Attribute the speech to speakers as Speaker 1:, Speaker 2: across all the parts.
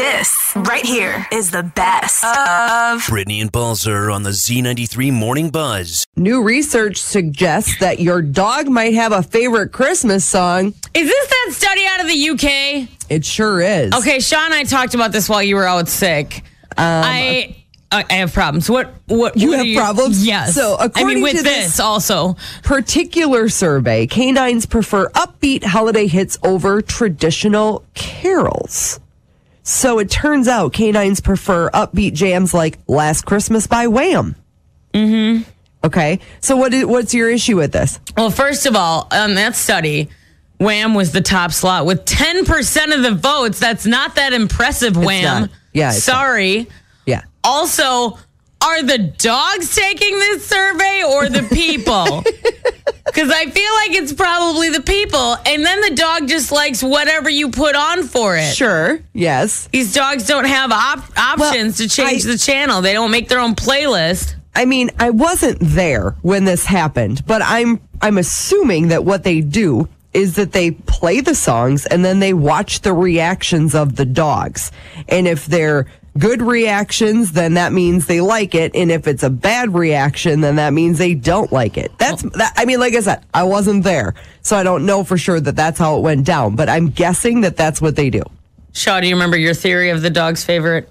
Speaker 1: This right here is the best of
Speaker 2: Brittany and Balzer on the Z93 Morning Buzz.
Speaker 3: New research suggests that your dog might have a favorite Christmas song.
Speaker 4: Is this that study out of the UK?
Speaker 3: It sure is.
Speaker 4: Okay, Sean, I talked about this while you were out sick. I I I have problems. What what
Speaker 3: Um, You
Speaker 4: what are
Speaker 3: have problems?
Speaker 4: Yes.
Speaker 3: So,
Speaker 4: I
Speaker 3: according
Speaker 4: mean, with
Speaker 3: to this-
Speaker 4: also,
Speaker 3: Particular survey canines prefer upbeat holiday hits over traditional carols. So it turns out canines prefer upbeat jams like Last Christmas by Wham. Mm hmm. Okay. So what is, what's your issue with this?
Speaker 4: well, first of all, on that study, Wham was the top slot with ten percent of the votes. That's not that impressive. Wham.
Speaker 3: not. Yeah, it's not.
Speaker 4: Sorry.
Speaker 3: Yeah.
Speaker 4: Also, are the dogs taking this survey or the people? Because I feel like it's probably the people, and then the dog just likes whatever you put on for it.
Speaker 3: Sure. Yes.
Speaker 4: These dogs don't have op- options to change
Speaker 3: I-
Speaker 4: the channel. They don't make their own playlist.
Speaker 3: I mean, I wasn't there when this happened, but I'm I'm assuming that what they do is that they play the songs and then they watch the reactions of the dogs. And if they're good reactions, then that means they like it, and if it's a bad reaction, then that means they don't like it. That's that, I mean, like I said, I wasn't there, so I don't know for sure that that's how it went down, but I'm guessing that that's what they do.
Speaker 4: Shaw, do you remember your theory of the dog's favorite?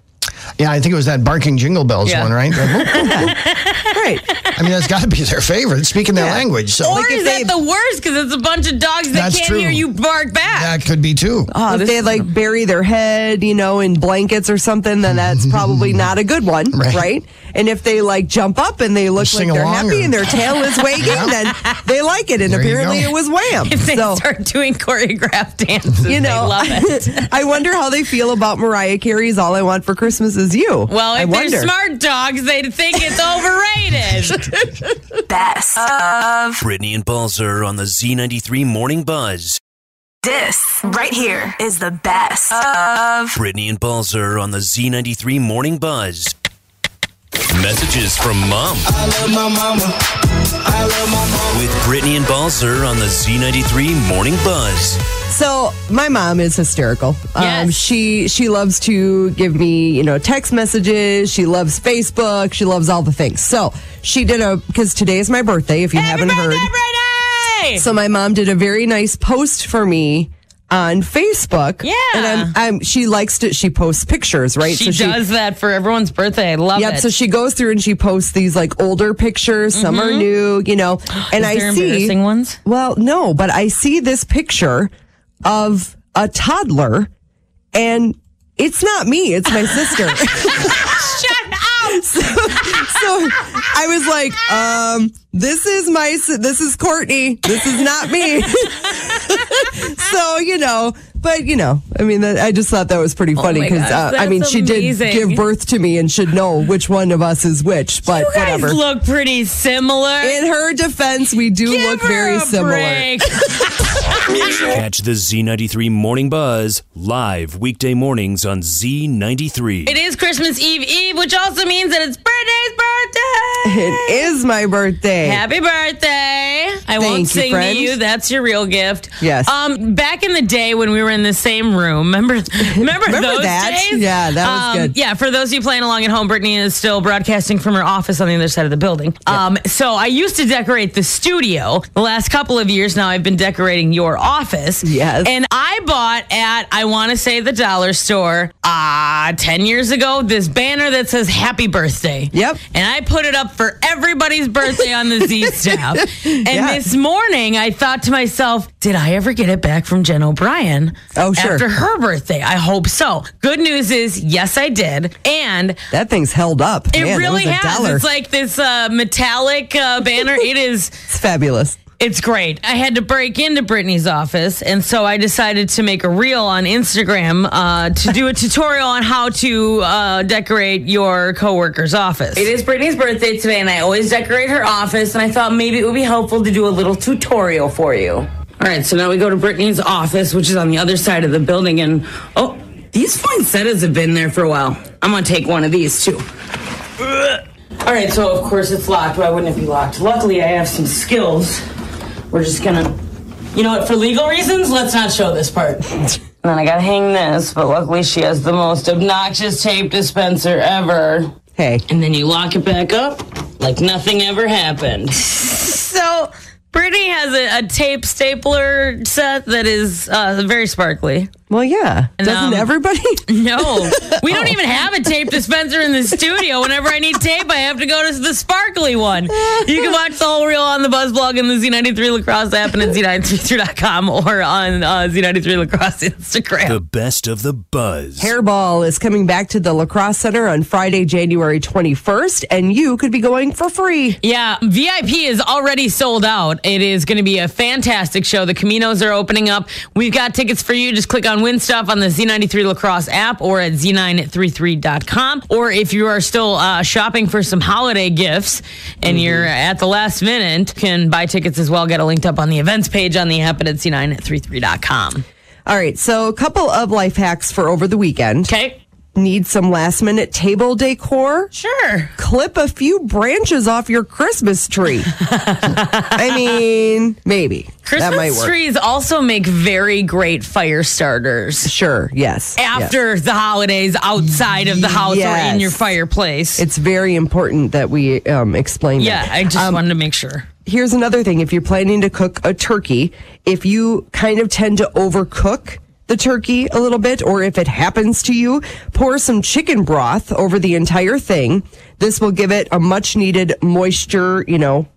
Speaker 5: Yeah, I think it was that barking jingle bells
Speaker 4: Yeah.
Speaker 5: one, right? Like, whoop, whoop, whoop.
Speaker 3: Right.
Speaker 5: I mean, that's got to be their favorite, speaking their
Speaker 3: Yeah.
Speaker 5: language. So
Speaker 4: or
Speaker 3: if
Speaker 4: is
Speaker 3: they-
Speaker 4: that the worst? Because it's a bunch of dogs that
Speaker 5: That's
Speaker 4: can't
Speaker 5: true.
Speaker 4: hear you bark back.
Speaker 5: that could be too.
Speaker 4: Oh,
Speaker 3: Oh, if they like bury their head, you know, in blankets or something, then that's probably not a good one, right?
Speaker 5: Right.
Speaker 3: And if they like jump up and they look like
Speaker 5: sing
Speaker 3: they're
Speaker 5: along
Speaker 3: happy
Speaker 5: or-
Speaker 3: and their tail is wagging, then they like it. And
Speaker 5: There you
Speaker 3: apparently,
Speaker 5: go.
Speaker 3: it was wham.
Speaker 4: if they
Speaker 3: so
Speaker 4: start doing choreographed dances,
Speaker 3: you know,
Speaker 4: they love it.
Speaker 3: I wonder how they feel about Mariah Carey's "All I Want for Christmas Is You."
Speaker 4: Well,
Speaker 3: I
Speaker 4: if
Speaker 3: wonder.
Speaker 4: they're smart dogs, they'd think it's overrated.
Speaker 1: best of
Speaker 2: Brittany and Balzer on the Z93 Morning Buzz.
Speaker 1: this right here is the best of
Speaker 2: Brittany and Balzer on the Z93 Morning Buzz. Messages from mom. I love my mama. I love my mama. With Brittany and Balzer on the Z93 Morning Buzz.
Speaker 3: So my mom is hysterical. Um,
Speaker 4: Yes.
Speaker 3: she she loves to give me you know text messages. She loves Facebook. She loves all the things. So she did a because today is my birthday. If you
Speaker 4: Happy
Speaker 3: haven't heard,
Speaker 4: birthday, Brittany!
Speaker 3: so my mom did a very nice post for me on Facebook.
Speaker 4: Yeah.
Speaker 3: and I'm, I'm she likes to she posts pictures right.
Speaker 4: she does that for everyone's birthday. I love
Speaker 3: Yep.
Speaker 4: it.
Speaker 3: So she goes through and she posts these like older pictures. Some are new, you know. And
Speaker 4: Mm-hmm. Is
Speaker 3: I
Speaker 4: there
Speaker 3: see
Speaker 4: embarrassing ones?
Speaker 3: Well, no, but I see this picture of a toddler, and it's not me. It's my sister.
Speaker 4: Shut up!
Speaker 3: so I was like, um, this is my, s- this is Courtney. This is not me. so, you know, but you know, I mean, that, I just thought that was pretty funny
Speaker 4: Oh my
Speaker 3: because,
Speaker 4: gosh,
Speaker 3: uh, I
Speaker 4: that's
Speaker 3: mean, she
Speaker 4: amazing.
Speaker 3: did give birth to me and should know which one of us is which, but
Speaker 4: you guys
Speaker 3: whatever.
Speaker 4: look pretty similar.
Speaker 3: In her defense, we do
Speaker 4: Give
Speaker 3: look
Speaker 4: her
Speaker 3: very
Speaker 4: a
Speaker 3: similar.
Speaker 4: break.
Speaker 2: Catch the Z93 Morning Buzz live weekday mornings on Z93.
Speaker 4: It is Christmas Eve Eve, which also means that it's Brittany's birthday.
Speaker 3: It is my birthday.
Speaker 4: Happy birthday. I
Speaker 3: Thank you,
Speaker 4: won't sing
Speaker 3: friend.
Speaker 4: to you. That's your real gift.
Speaker 3: Yes.
Speaker 4: Um, back in the day when we were in the same room, remember remember,
Speaker 3: Remember
Speaker 4: those
Speaker 3: that?
Speaker 4: days? Um,
Speaker 3: Yeah, that was good.
Speaker 4: Yeah, for those of you playing along at home, Brittany is still broadcasting from her office on the other side of the building. Um, so I used to decorate the studio. The last couple of years now I've been decorating your office.
Speaker 3: Yes.
Speaker 4: And I bought at I want to say the dollar store uh 10 years ago this banner that says happy birthday.
Speaker 3: Yep.
Speaker 4: And I put it up for everybody's birthday on the Z staff. And
Speaker 3: Yeah.
Speaker 4: this morning I thought to myself, did I ever get it back from Jen O'Brien?
Speaker 3: Oh, sure.
Speaker 4: After her birthday. I hope so. Good news is, yes, I did. And
Speaker 3: That thing's held up.
Speaker 4: it
Speaker 3: Man, that
Speaker 4: really
Speaker 3: was a
Speaker 4: has.
Speaker 3: Dollar.
Speaker 4: It's like this uh, metallic uh, banner. it is.
Speaker 3: It's fabulous.
Speaker 4: It's great. I had to break into Brittany's office, and so I decided to make a reel on Instagram uh, to do a tutorial on how to uh, decorate your coworker's office. It is Brittany's birthday today, and I always decorate her office, and I thought maybe it would be helpful to do a little tutorial for you. All right, so now we go to Brittany's office, which is on the other side of the building, and oh, these poinsettias have been there for a while. I'm gonna take one of these too. All right, so of course it's locked. Why wouldn't it be locked? Luckily, I have some skills. We're just gonna, you know what? For legal reasons, let's not show this part. And then I gotta hang this, but luckily she has the most obnoxious tape dispenser ever.
Speaker 3: Hey,
Speaker 4: And then you lock it back up like nothing ever happened. so Brittany has a, a tape stapler set that is uh, very sparkly.
Speaker 3: well, yeah. Doesn't
Speaker 4: um,
Speaker 3: everybody?
Speaker 4: No, we don't even have a tape dispenser in the studio. Whenever I need tape, I have to go to the sparkly one. You can watch the whole reel on the Buzz blog and the Z93 Lacrosse app and at Z933.com or on uh, Z93 Lacrosse Instagram.
Speaker 2: The best of the buzz.
Speaker 3: Hairball is coming back to the Lacrosse Center on Friday, January 21st, and you could be going for free.
Speaker 4: Yeah, VIP is already sold out. It is going to be a fantastic show. The Caminos are opening up. We've got tickets for you. Just click on Win Stuff on the Z93 Lacrosse app or at z933.com. Or if you are still uh, shopping for some holiday gifts and you're at the last minute, you can buy tickets as well. Get it linked up on the events page on the app and at z933.com.
Speaker 3: All right, so a couple of life hacks for over the weekend.
Speaker 4: Okay?
Speaker 3: Need some last minute table decor?
Speaker 4: Sure.
Speaker 3: Clip a few branches off your Christmas tree. I mean, maybe. that might
Speaker 4: Christmas
Speaker 3: work.
Speaker 4: trees also make very great fire starters.
Speaker 3: Sure, yes. yes.
Speaker 4: after the holidays outside of the house or in
Speaker 3: Yes.
Speaker 4: your fireplace.
Speaker 3: It's very important that we um, explain
Speaker 4: yeah,
Speaker 3: that. Um,
Speaker 4: I just wanted to make sure.
Speaker 3: here's another thing if you're planning to cook a turkey if you kind of tend to overcook the turkey a little bit or if it happens to you pour some chicken broth over the entire thing this will give it a much needed moisture you know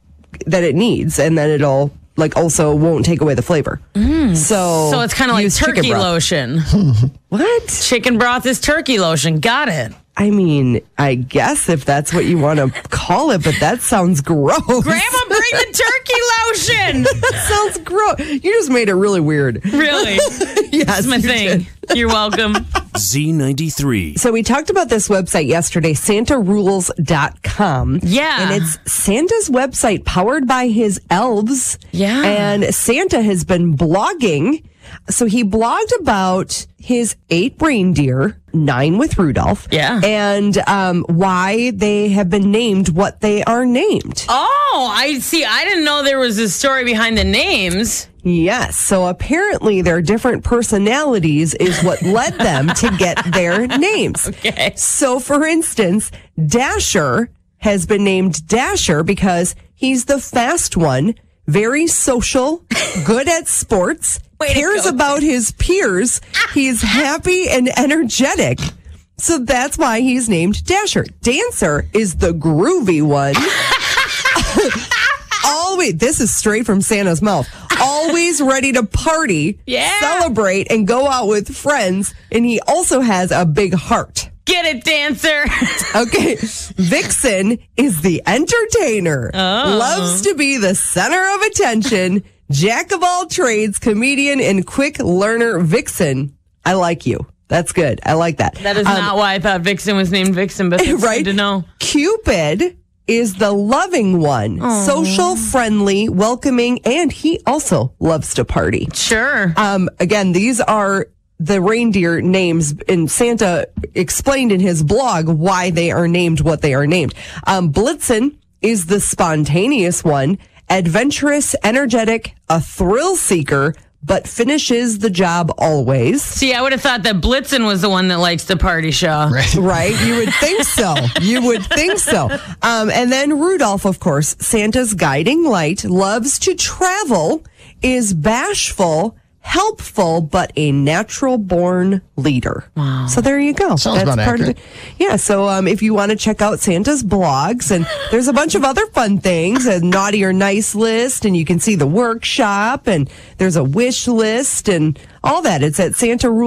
Speaker 3: that it needs and then it'll like also won't take away the flavor so
Speaker 4: Mm. So it's kind of like
Speaker 3: oh, use chicken
Speaker 4: turkey
Speaker 3: broth.
Speaker 4: lotion.
Speaker 3: what
Speaker 4: Chicken broth is turkey lotion. Got it.
Speaker 3: i mean i guess if that's what you want to call it but that sounds gross
Speaker 4: Grandma, bring the turkey lotion.
Speaker 3: that sounds gross you just made it really weird
Speaker 4: Really?
Speaker 3: yes
Speaker 4: That's my
Speaker 3: you did.
Speaker 4: thing. You're welcome.
Speaker 2: Z93.
Speaker 3: So we talked about this website yesterday, santarules.com.
Speaker 4: Yeah.
Speaker 3: And it's Santa's website powered by his elves.
Speaker 4: Yeah.
Speaker 3: And Santa has been blogging. So he blogged about his eight reindeer, nine with Rudolph.
Speaker 4: Yeah.
Speaker 3: And um, why they have been named what they are named.
Speaker 4: Oh, I see. I didn't know there was a story behind the names.
Speaker 3: Yes. So apparently their different personalities is what led them to get their names.
Speaker 4: Okay.
Speaker 3: So for instance, Dasher has been named Dasher because he's the fast one, very social, good at sports,
Speaker 4: Way to
Speaker 3: cares
Speaker 4: go.
Speaker 3: about his peers, he's happy and energetic. So that's why he's named Dasher. Dancer is the groovy one always this is straight from Santa's mouth. Always ready to party,
Speaker 4: Yeah.
Speaker 3: celebrate, and go out with friends. And he also has a big heart.
Speaker 4: Get it, dancer.
Speaker 3: Okay. Vixen is the entertainer.
Speaker 4: Oh.
Speaker 3: Loves to be the center of attention. Jack of all trades, comedian, and quick learner Vixen. I like you. That's good. I like that.
Speaker 4: that is
Speaker 3: Um,
Speaker 4: not why I thought Vixen was named Vixen, but it's
Speaker 3: right?
Speaker 4: good to know.
Speaker 3: Cupid is the loving one, social, friendly, welcoming, and he also loves to party.
Speaker 4: Sure.
Speaker 3: Um, again, these are the reindeer names, and Santa explained in his blog why they are named what they are named. Um, Blitzen is the spontaneous one, adventurous, energetic, a thrill seeker, but finishes the job always.
Speaker 4: See, I would have thought that Blitzen was the one that likes the party show.
Speaker 3: right? You would think so. You would think so. Um, and then Rudolph, of course, Santa's guiding light, loves to travel, is bashful, helpful, but a natural born leader. Wow. So there you go.
Speaker 5: Sounds about accurate.
Speaker 3: the- Yeah. So um, if you want to check out Santa's blogs, and there's a bunch of other fun things, a naughty or nice list, and you can see the workshop, and there's a wish list, and all that. It's at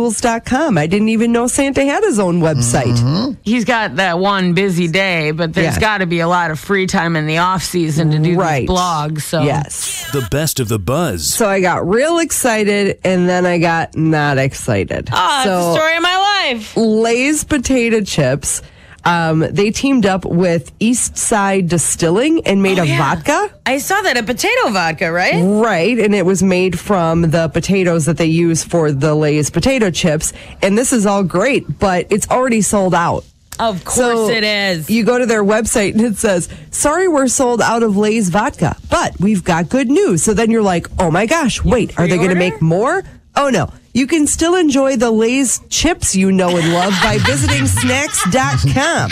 Speaker 3: santarules.com. I didn't even know Santa had his own website.
Speaker 4: he's got that one busy day, but there's
Speaker 3: Yeah.
Speaker 4: got to be a lot of free time in the off season to do
Speaker 3: right
Speaker 4: these blogs. So
Speaker 3: yes
Speaker 2: The best of the buzz.
Speaker 3: so i got real excited and then i got not excited
Speaker 4: Ah, it's the
Speaker 3: so
Speaker 4: story of my life.
Speaker 3: lay's potato chips um, they teamed up with east side distilling and
Speaker 4: Oh,
Speaker 3: made a vodka
Speaker 4: I saw that a potato vodka, right?
Speaker 3: Right, and it was made from the potatoes that they use for the Lay's potato chips. And this is all great, but it's already sold out.
Speaker 4: Of course it is.
Speaker 3: You go to their website and it says, Sorry, we're sold out of Lay's vodka, but we've got good news. So then you're like, Oh my gosh, wait, are they going to
Speaker 4: pre-order?
Speaker 3: make more? Oh no. you can still enjoy the Lay's chips you know and love by visiting snacks.com.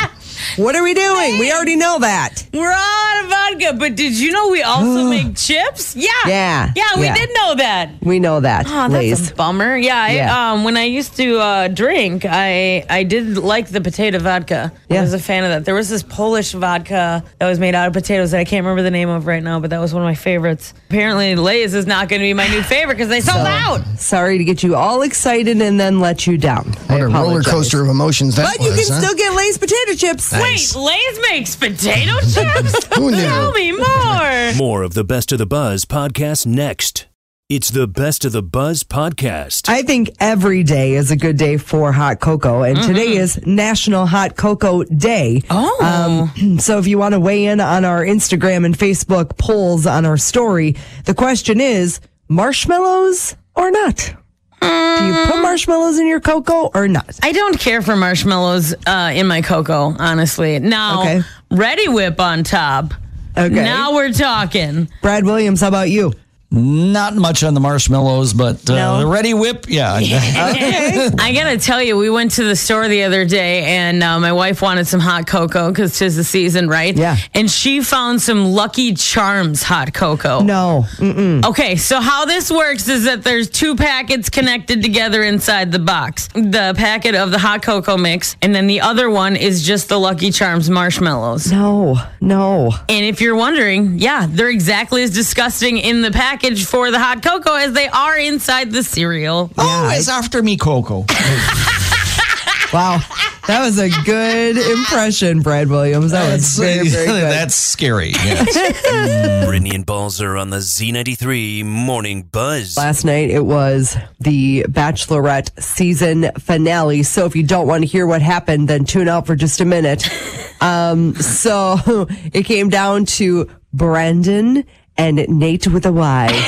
Speaker 3: What are we doing? We already know that.
Speaker 4: We're out of vodka, but did you know we also make chips? Yeah.
Speaker 3: Yeah,
Speaker 4: Yeah, we
Speaker 3: yeah.
Speaker 4: did know that.
Speaker 3: We know that.
Speaker 4: Oh, that's
Speaker 3: Lay's.
Speaker 4: a bummer. Yeah, I,
Speaker 3: Yeah.
Speaker 4: Um, when I used to uh, drink, I I did like the potato vodka. I
Speaker 3: Yeah.
Speaker 4: was a fan of that. There was this Polish vodka that was made out of potatoes that I can't remember the name of right now, but that was one of my favorites. Apparently, Lay's is not going to be my new favorite because they sold out.
Speaker 3: Sorry to get you all excited and then let you down. I
Speaker 5: What a roller
Speaker 3: apologize.
Speaker 5: coaster of emotions that
Speaker 3: But you
Speaker 5: was,
Speaker 3: can
Speaker 5: huh?
Speaker 3: still get Lay's potato chips.
Speaker 5: Nice.
Speaker 4: Wait, Lay's makes potato chips?
Speaker 5: Who knew?
Speaker 4: Tell me more.
Speaker 2: More of the Best of the Buzz podcast next. It's the Best of the Buzz podcast.
Speaker 3: I think every day is a good day for hot cocoa,
Speaker 5: Mm-hmm.
Speaker 3: and today is National Hot Cocoa Day.
Speaker 4: Oh.
Speaker 3: Um, so if you want to weigh in on our Instagram and Facebook polls on our story, the question is marshmallows or not? Do you
Speaker 5: Mm.
Speaker 3: put marshmallows in your cocoa or not?
Speaker 4: I don't care for marshmallows uh, in my cocoa, honestly. Now,
Speaker 3: Okay.
Speaker 4: Ready Whip on top.
Speaker 3: Okay.
Speaker 4: Now we're talking.
Speaker 3: Brad Williams, how about you?
Speaker 6: Not much on the marshmallows, but uh,
Speaker 3: No.
Speaker 6: the ready whip, yeah.
Speaker 4: I gotta tell you, we went to the store the other day, and uh, my wife wanted some hot cocoa because tis the season, right?
Speaker 3: Yeah.
Speaker 4: And she found some Lucky Charms hot cocoa.
Speaker 3: No.
Speaker 4: Okay, so how this works is that there's two packets connected together inside the box. The packet of the hot cocoa mix, and then the other one is just the Lucky Charms marshmallows.
Speaker 3: No. No.
Speaker 4: And if you're wondering, yeah, they're exactly as disgusting in the package for the hot cocoa as they are inside the cereal.
Speaker 6: oh, it's after me, Coco.
Speaker 3: Wow. That was a good impression, Brad Williams. That was very, very good.
Speaker 6: that's scary. yes.
Speaker 2: Brittany and Balls are on the Z93 Morning Buzz.
Speaker 3: Last night it was the Bachelorette season finale. So if you don't want to hear what happened, then tune out for just a minute. Um, so it came down to Brandon and Nate with a Y.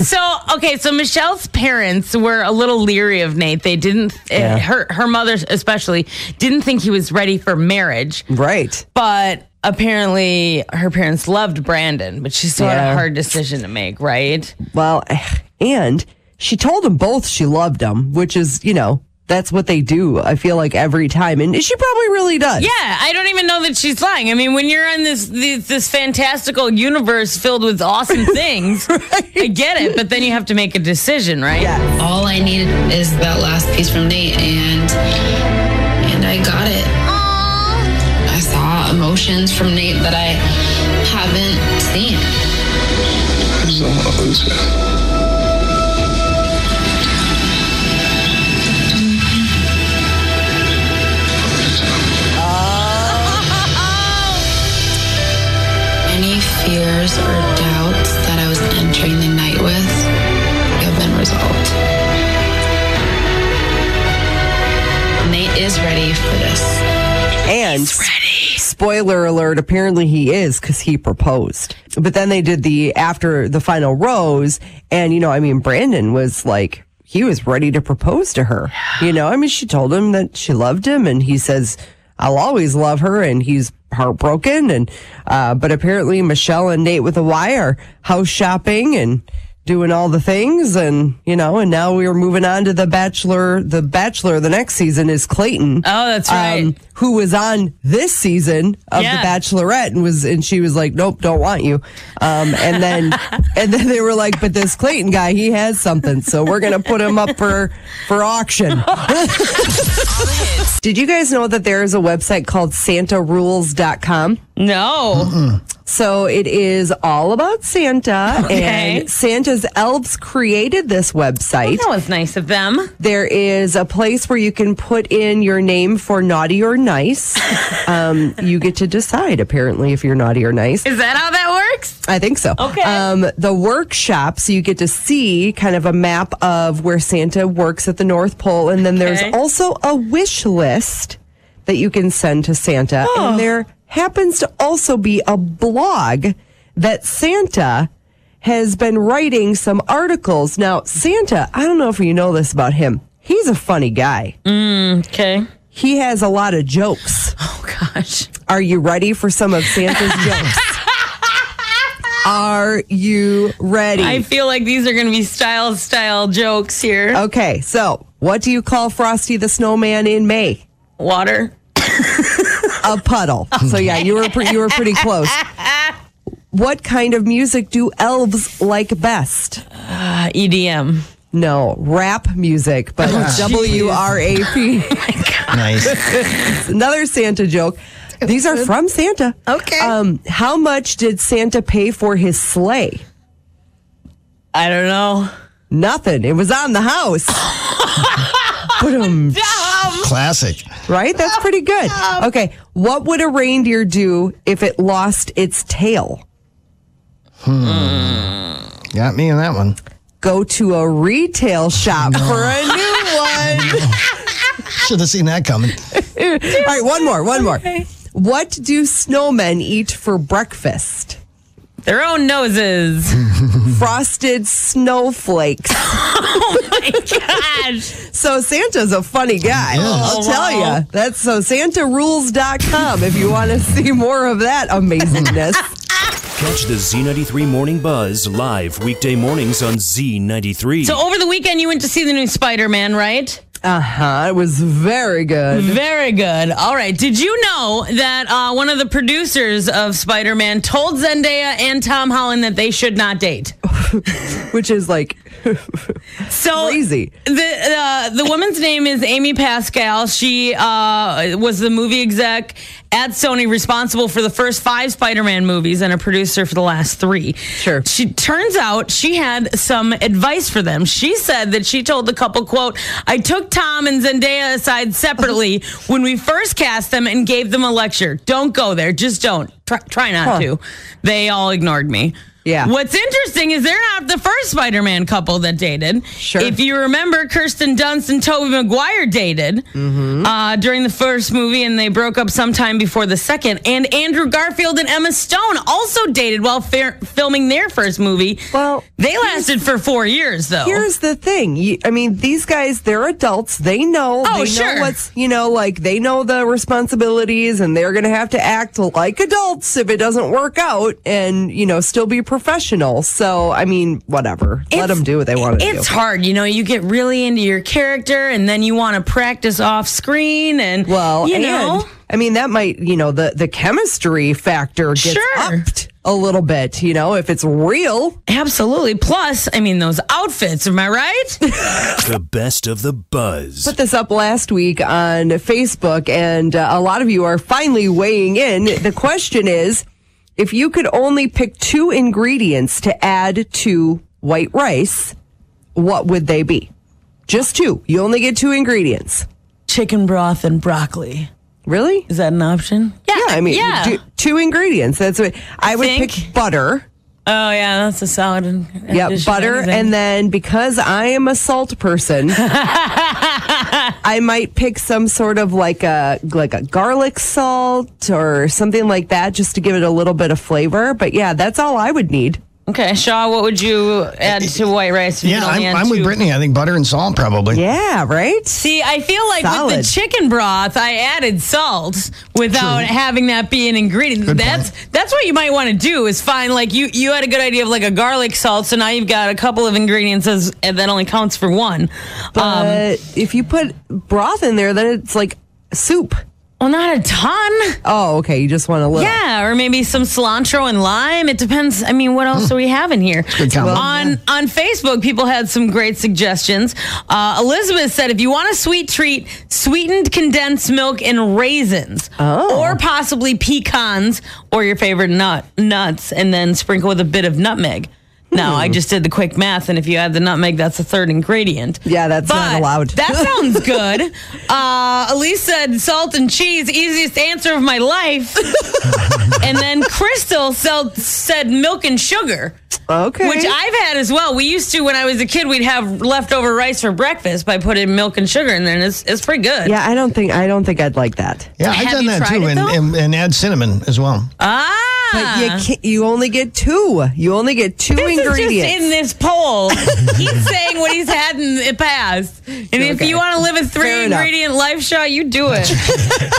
Speaker 4: So okay, so Michelle's parents were a little leery of Nate. They didn't uh, her her mother especially didn't think he was ready for marriage,
Speaker 3: right.
Speaker 4: but apparently her parents loved Brandon, which she saw
Speaker 3: Yeah.
Speaker 4: a hard decision to make, right?
Speaker 3: Well, eh, and she told them both she loved them, which is, you know, that's what they do. I feel like every time. And she probably really does.
Speaker 4: Yeah, I don't even know that she's lying. I mean, when you're on this this, this fantastical universe filled with awesome things, I get it, but then you have to make a decision, right?
Speaker 3: Yes.
Speaker 7: all I needed is that last piece from Nate, and and I got it. I saw emotions from Nate that I haven't seen.
Speaker 8: He's not a loser.
Speaker 7: Any fears or doubts that I was entering the night with have been resolved. Nate is ready for this.
Speaker 3: And spoiler alert, apparently he is because he proposed. But then they did the after the final rose. And, you know, I mean, Brandon was like, he was ready to propose to her. You know, I mean, she told him that she loved him and he says, I'll always love her. And he's heartbroken. And, uh, but apparently Michelle and Nate with a Y are house shopping and doing all the things. And, you know, and now we're moving on to the bachelor. The bachelor the next season is Clayton
Speaker 4: Oh, that's right.
Speaker 3: um, who was on this season of
Speaker 4: Yeah.
Speaker 3: The Bachelorette and was and she was like, Nope, don't want you. Um, and then and then they were like, But this Clayton guy, he has something, so we're gonna put him up for for auction. Did you guys know that there is a website called santarules.com?
Speaker 4: no.
Speaker 3: So it is all about Santa
Speaker 4: Okay.
Speaker 3: and Santa's elves created this website
Speaker 4: That was nice of them.
Speaker 3: there is a place where you can put in your name for naughty or nice. um, you get to decide, apparently, if you're naughty or nice.
Speaker 4: Is that how that works?
Speaker 3: I think so.
Speaker 4: Okay.
Speaker 3: Um, the workshop, so you get to see kind of a map of where Santa works at the North Pole. And then
Speaker 4: Okay.
Speaker 3: there's also a wish list that you can send to Santa. And there happens to also be a blog that Santa has been writing some articles. Now, Santa, I don't know if you know this about him. He's a funny guy.
Speaker 4: Okay.
Speaker 3: He has a lot of jokes.
Speaker 4: Oh gosh.
Speaker 3: Are you ready for some of Santa's jokes? Are you ready?
Speaker 4: I feel like these are going to be style style jokes here.
Speaker 3: okay, so what do you call Frosty the Snowman in May?
Speaker 4: Water.
Speaker 3: A puddle. So yeah, you were pre- you were pretty close. What kind of music do elves like best?
Speaker 4: Uh, EDM.
Speaker 3: No, rap music,
Speaker 4: Oh,
Speaker 3: but W R A P.
Speaker 5: Nice.
Speaker 3: Another Santa joke. These are from Santa. Okay. Um, how much did Santa pay for his sleigh?
Speaker 4: I don't know.
Speaker 3: Nothing. It was on the house. Ba-dum.
Speaker 5: Classic.
Speaker 3: right? That's pretty good. Okay. What would a reindeer do if it lost its tail?
Speaker 5: Got me on that one.
Speaker 3: Go to a retail shop for a new one.
Speaker 5: Should have seen that coming.
Speaker 3: All right, one more, one more. What do snowmen eat for breakfast?
Speaker 4: Their own noses. Mm.
Speaker 3: Frosted snowflakes.
Speaker 4: Gosh.
Speaker 3: So Santa's a funny guy.
Speaker 4: Oh,
Speaker 3: I'll tell you. That's so santarules.com if you want to see more of that amazingness.
Speaker 2: Catch the Z93 Morning Buzz live weekday mornings on Z93.
Speaker 4: So over the weekend, you went to see the new Spider Man, right?
Speaker 3: Uh huh. It was very good.
Speaker 4: Very good. All right. Did you know that uh, one of the producers of Spider Man told Zendaya and Tom Holland that they should not date?
Speaker 3: Which is like,
Speaker 4: So
Speaker 3: Crazy.
Speaker 4: The uh, the woman's name is Amy Pascal. She uh, was the movie exec at Sony, responsible for the first five Spider-Man movies, and a producer for the last three.
Speaker 3: Sure.
Speaker 4: She turns out she had some advice for them. She said that she told the couple, "quote I took Tom and Zendaya aside separately when we first cast them and gave them a lecture. Don't go there. Just don't. Try, try not
Speaker 3: Huh.
Speaker 4: to. They all ignored me."
Speaker 3: Yeah.
Speaker 4: What's interesting is they're not the first Spider-Man couple that dated.
Speaker 3: Sure.
Speaker 4: If you remember, Kirsten Dunst and Tobey Maguire dated uh, during the first movie, and they broke up sometime before the second. And Andrew Garfield and Emma Stone also dated while fair- filming their first movie.
Speaker 3: Well,
Speaker 4: they lasted for four years, though.
Speaker 3: here's the thing. You, I mean, these guys, they're adults. They know.
Speaker 4: Oh,
Speaker 3: they
Speaker 4: sure.
Speaker 3: know what's, you know, like they know the responsibilities and they're going to have to act like adults if it doesn't work out and, you know, still be professional. So, I mean, whatever. Let
Speaker 4: It's-
Speaker 3: them do what they want to do.
Speaker 4: It's hard, you know. You get really into your character, and then you want to practice off screen, and
Speaker 3: Well,
Speaker 4: you
Speaker 3: and,
Speaker 4: know,
Speaker 3: I mean, that might, you know, the, the chemistry factor gets
Speaker 4: Sure.
Speaker 3: upped a little bit, you know, if it's real.
Speaker 4: absolutely. Plus, I mean, those outfits. Am I right?
Speaker 2: the best of the buzz.
Speaker 3: Put this up last week on Facebook, and uh, a lot of you are finally weighing in. The question is if you could only pick two ingredients to add to white rice, what would they be? Just two. You only get two ingredients.
Speaker 4: Chicken broth and broccoli.
Speaker 3: Really?
Speaker 4: Is that an option?
Speaker 3: Yeah, I mean,
Speaker 4: yeah.
Speaker 3: do- two ingredients. That's what I would
Speaker 4: Think.
Speaker 3: pick butter.
Speaker 4: Oh yeah, that's a salad. And
Speaker 3: Yeah, butter, and then because I am a salt person, I might pick some sort of like a like a garlic salt or something like that, just to give it a little bit of flavor. But yeah, that's all I would need.
Speaker 4: okay, Shaw, what would you add to white rice? if you
Speaker 5: Yeah,
Speaker 4: could
Speaker 5: I'm,
Speaker 4: only add
Speaker 5: I'm with
Speaker 4: two?
Speaker 5: Brittany. I think butter and salt probably.
Speaker 3: Yeah, right.
Speaker 4: See, I feel like with
Speaker 3: Solid.
Speaker 4: the chicken broth, I added salt without having that be an ingredient. that's that's what you might want to do is find like you you had a good idea of like a garlic salt, so now you've got a couple of ingredients as, and that only counts for one. um,
Speaker 3: But if you put broth in there, then it's like soup.
Speaker 4: well, not a ton.
Speaker 3: Oh, okay. You just want a little.
Speaker 4: Yeah, or maybe some cilantro and lime. It depends. I mean, what else do we have in here?
Speaker 5: good combo.
Speaker 4: on on Facebook, people had some great suggestions. Uh, Elizabeth said, if you want a sweet treat, sweetened condensed milk and raisins, or possibly pecans or your favorite nut nuts, and then sprinkle with a bit of nutmeg. Now, I just did the quick math, and if you add the nutmeg, that's the third ingredient.
Speaker 3: Yeah, that's not
Speaker 4: But
Speaker 3: allowed.
Speaker 4: That sounds good. Uh, Elise said salt and cheese, easiest answer of my life. and then Crystal sel- said milk and sugar,
Speaker 3: Okay.
Speaker 4: which I've had as well. We used to, when I was a kid, we'd have leftover rice for breakfast by putting milk and sugar in there, and it's, it's pretty good.
Speaker 3: yeah, I don't think I don't think I'd like that.
Speaker 5: Yeah,
Speaker 4: Have
Speaker 5: I've done
Speaker 4: you
Speaker 5: that
Speaker 4: tried
Speaker 5: too,
Speaker 4: it,
Speaker 5: and,
Speaker 4: though?
Speaker 5: and and add cinnamon as well.
Speaker 4: Ah.
Speaker 3: But you can't, you only get two. You only get two
Speaker 4: This is
Speaker 3: ingredients.
Speaker 4: just in this poll. he's saying what he's had in the past. And if
Speaker 3: Okay.
Speaker 4: you want to live a three
Speaker 3: Fair enough.
Speaker 4: ingredient life shot, you do it.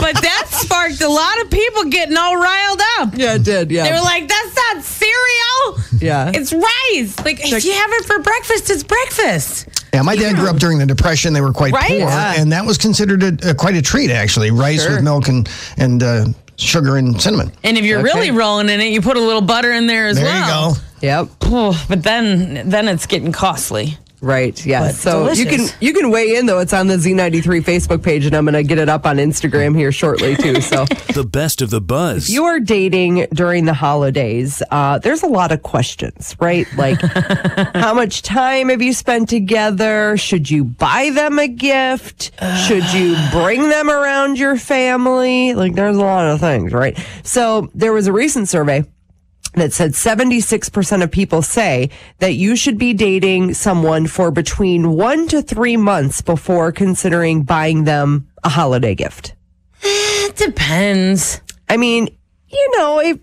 Speaker 4: but that sparked a lot of people getting all riled up.
Speaker 3: yeah, it did. Yeah.
Speaker 4: They were like, that's not cereal.
Speaker 3: Yeah.
Speaker 4: It's rice. Like, if you have it for breakfast, it's breakfast.
Speaker 5: Yeah, my dad grew up during the Depression. They were quite
Speaker 4: Right?
Speaker 5: poor,
Speaker 4: Yeah.
Speaker 5: and that was considered a, a, quite a treat, actually. Rice with milk and and uh, sugar and cinnamon.
Speaker 4: And if you're really rolling in it, you put a little butter in there as
Speaker 5: There
Speaker 4: well.
Speaker 5: you go.
Speaker 3: Yep.
Speaker 4: Oh, but then then it's getting costly.
Speaker 3: Right. Yeah.
Speaker 4: But
Speaker 3: so you
Speaker 4: delicious.
Speaker 3: can you can weigh in though. It's on the Z93 Facebook page, and I'm going to get it up on Instagram here shortly too. So.
Speaker 2: The best of the buzz.
Speaker 3: you are dating during the holidays, uh, there's a lot of questions, right? Like, how much time have you spent together? Should you buy them a gift? Should you bring them around your family? Like, there's a lot of things, right? So, there was a recent survey that said 76% of people say that you should be dating someone for between one to three months before considering buying them a holiday gift.
Speaker 4: It depends.
Speaker 3: I mean, you know, if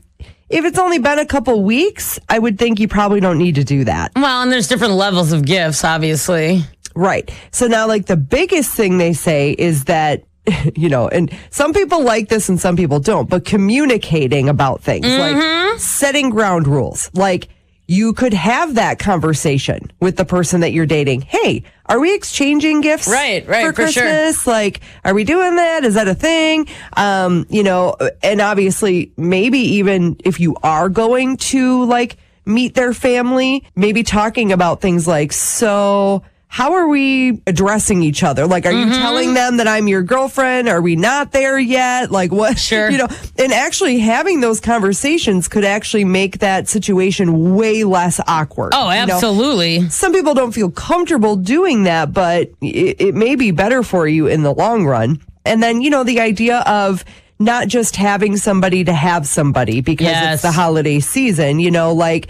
Speaker 3: if it's only been a couple weeks, I would think you probably don't need to do that.
Speaker 4: Well, and there's different levels of gifts, obviously.
Speaker 3: Right. So now like the biggest thing they say is that you know, and some people like this and some people don't, but communicating about things,
Speaker 4: Mm-hmm.
Speaker 3: like setting ground rules. Like you could have that conversation with the person that you're dating. Hey, are we exchanging gifts?
Speaker 4: Right, right, for sure.
Speaker 3: Christmas? this? Like, are we doing that? Is that a thing? Um, you know, and obviously, maybe even if you are going to like meet their family, maybe talking about things like, so how are we addressing each other? Like, are
Speaker 4: Mm-hmm.
Speaker 3: you telling them that I'm your girlfriend? Are we not there yet? Like, what?
Speaker 4: Sure.
Speaker 3: You know, and actually having those conversations could actually make that situation way less awkward.
Speaker 4: Oh,
Speaker 3: you know?
Speaker 4: absolutely.
Speaker 3: some people don't feel comfortable doing that, but it, it may be better for you in the long run. And then, you know, the idea of not just having somebody to have somebody because
Speaker 4: Yes.
Speaker 3: it's the holiday season, you know, like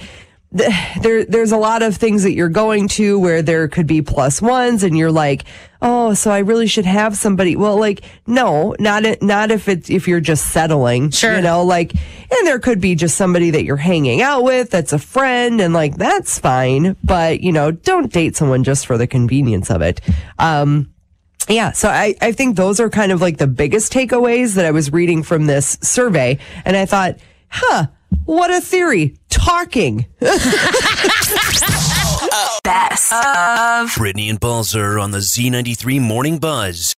Speaker 3: th- there there's a lot of things that you're going to where there could be plus ones and you're like, "Oh, so I really should have somebody." Well, like no, not it, not if it's if you're just settling,
Speaker 4: Sure.
Speaker 3: you know, like and there could be just somebody that you're hanging out with that's a friend and like that's fine, but you know, don't date someone just for the convenience of it. Um yeah, so I, I think those are kind of like the biggest takeaways that I was reading from this survey. And I thought, huh, what a theory. Talking.
Speaker 1: Best.
Speaker 2: Brittany and Balzer on the Z93 Morning Buzz.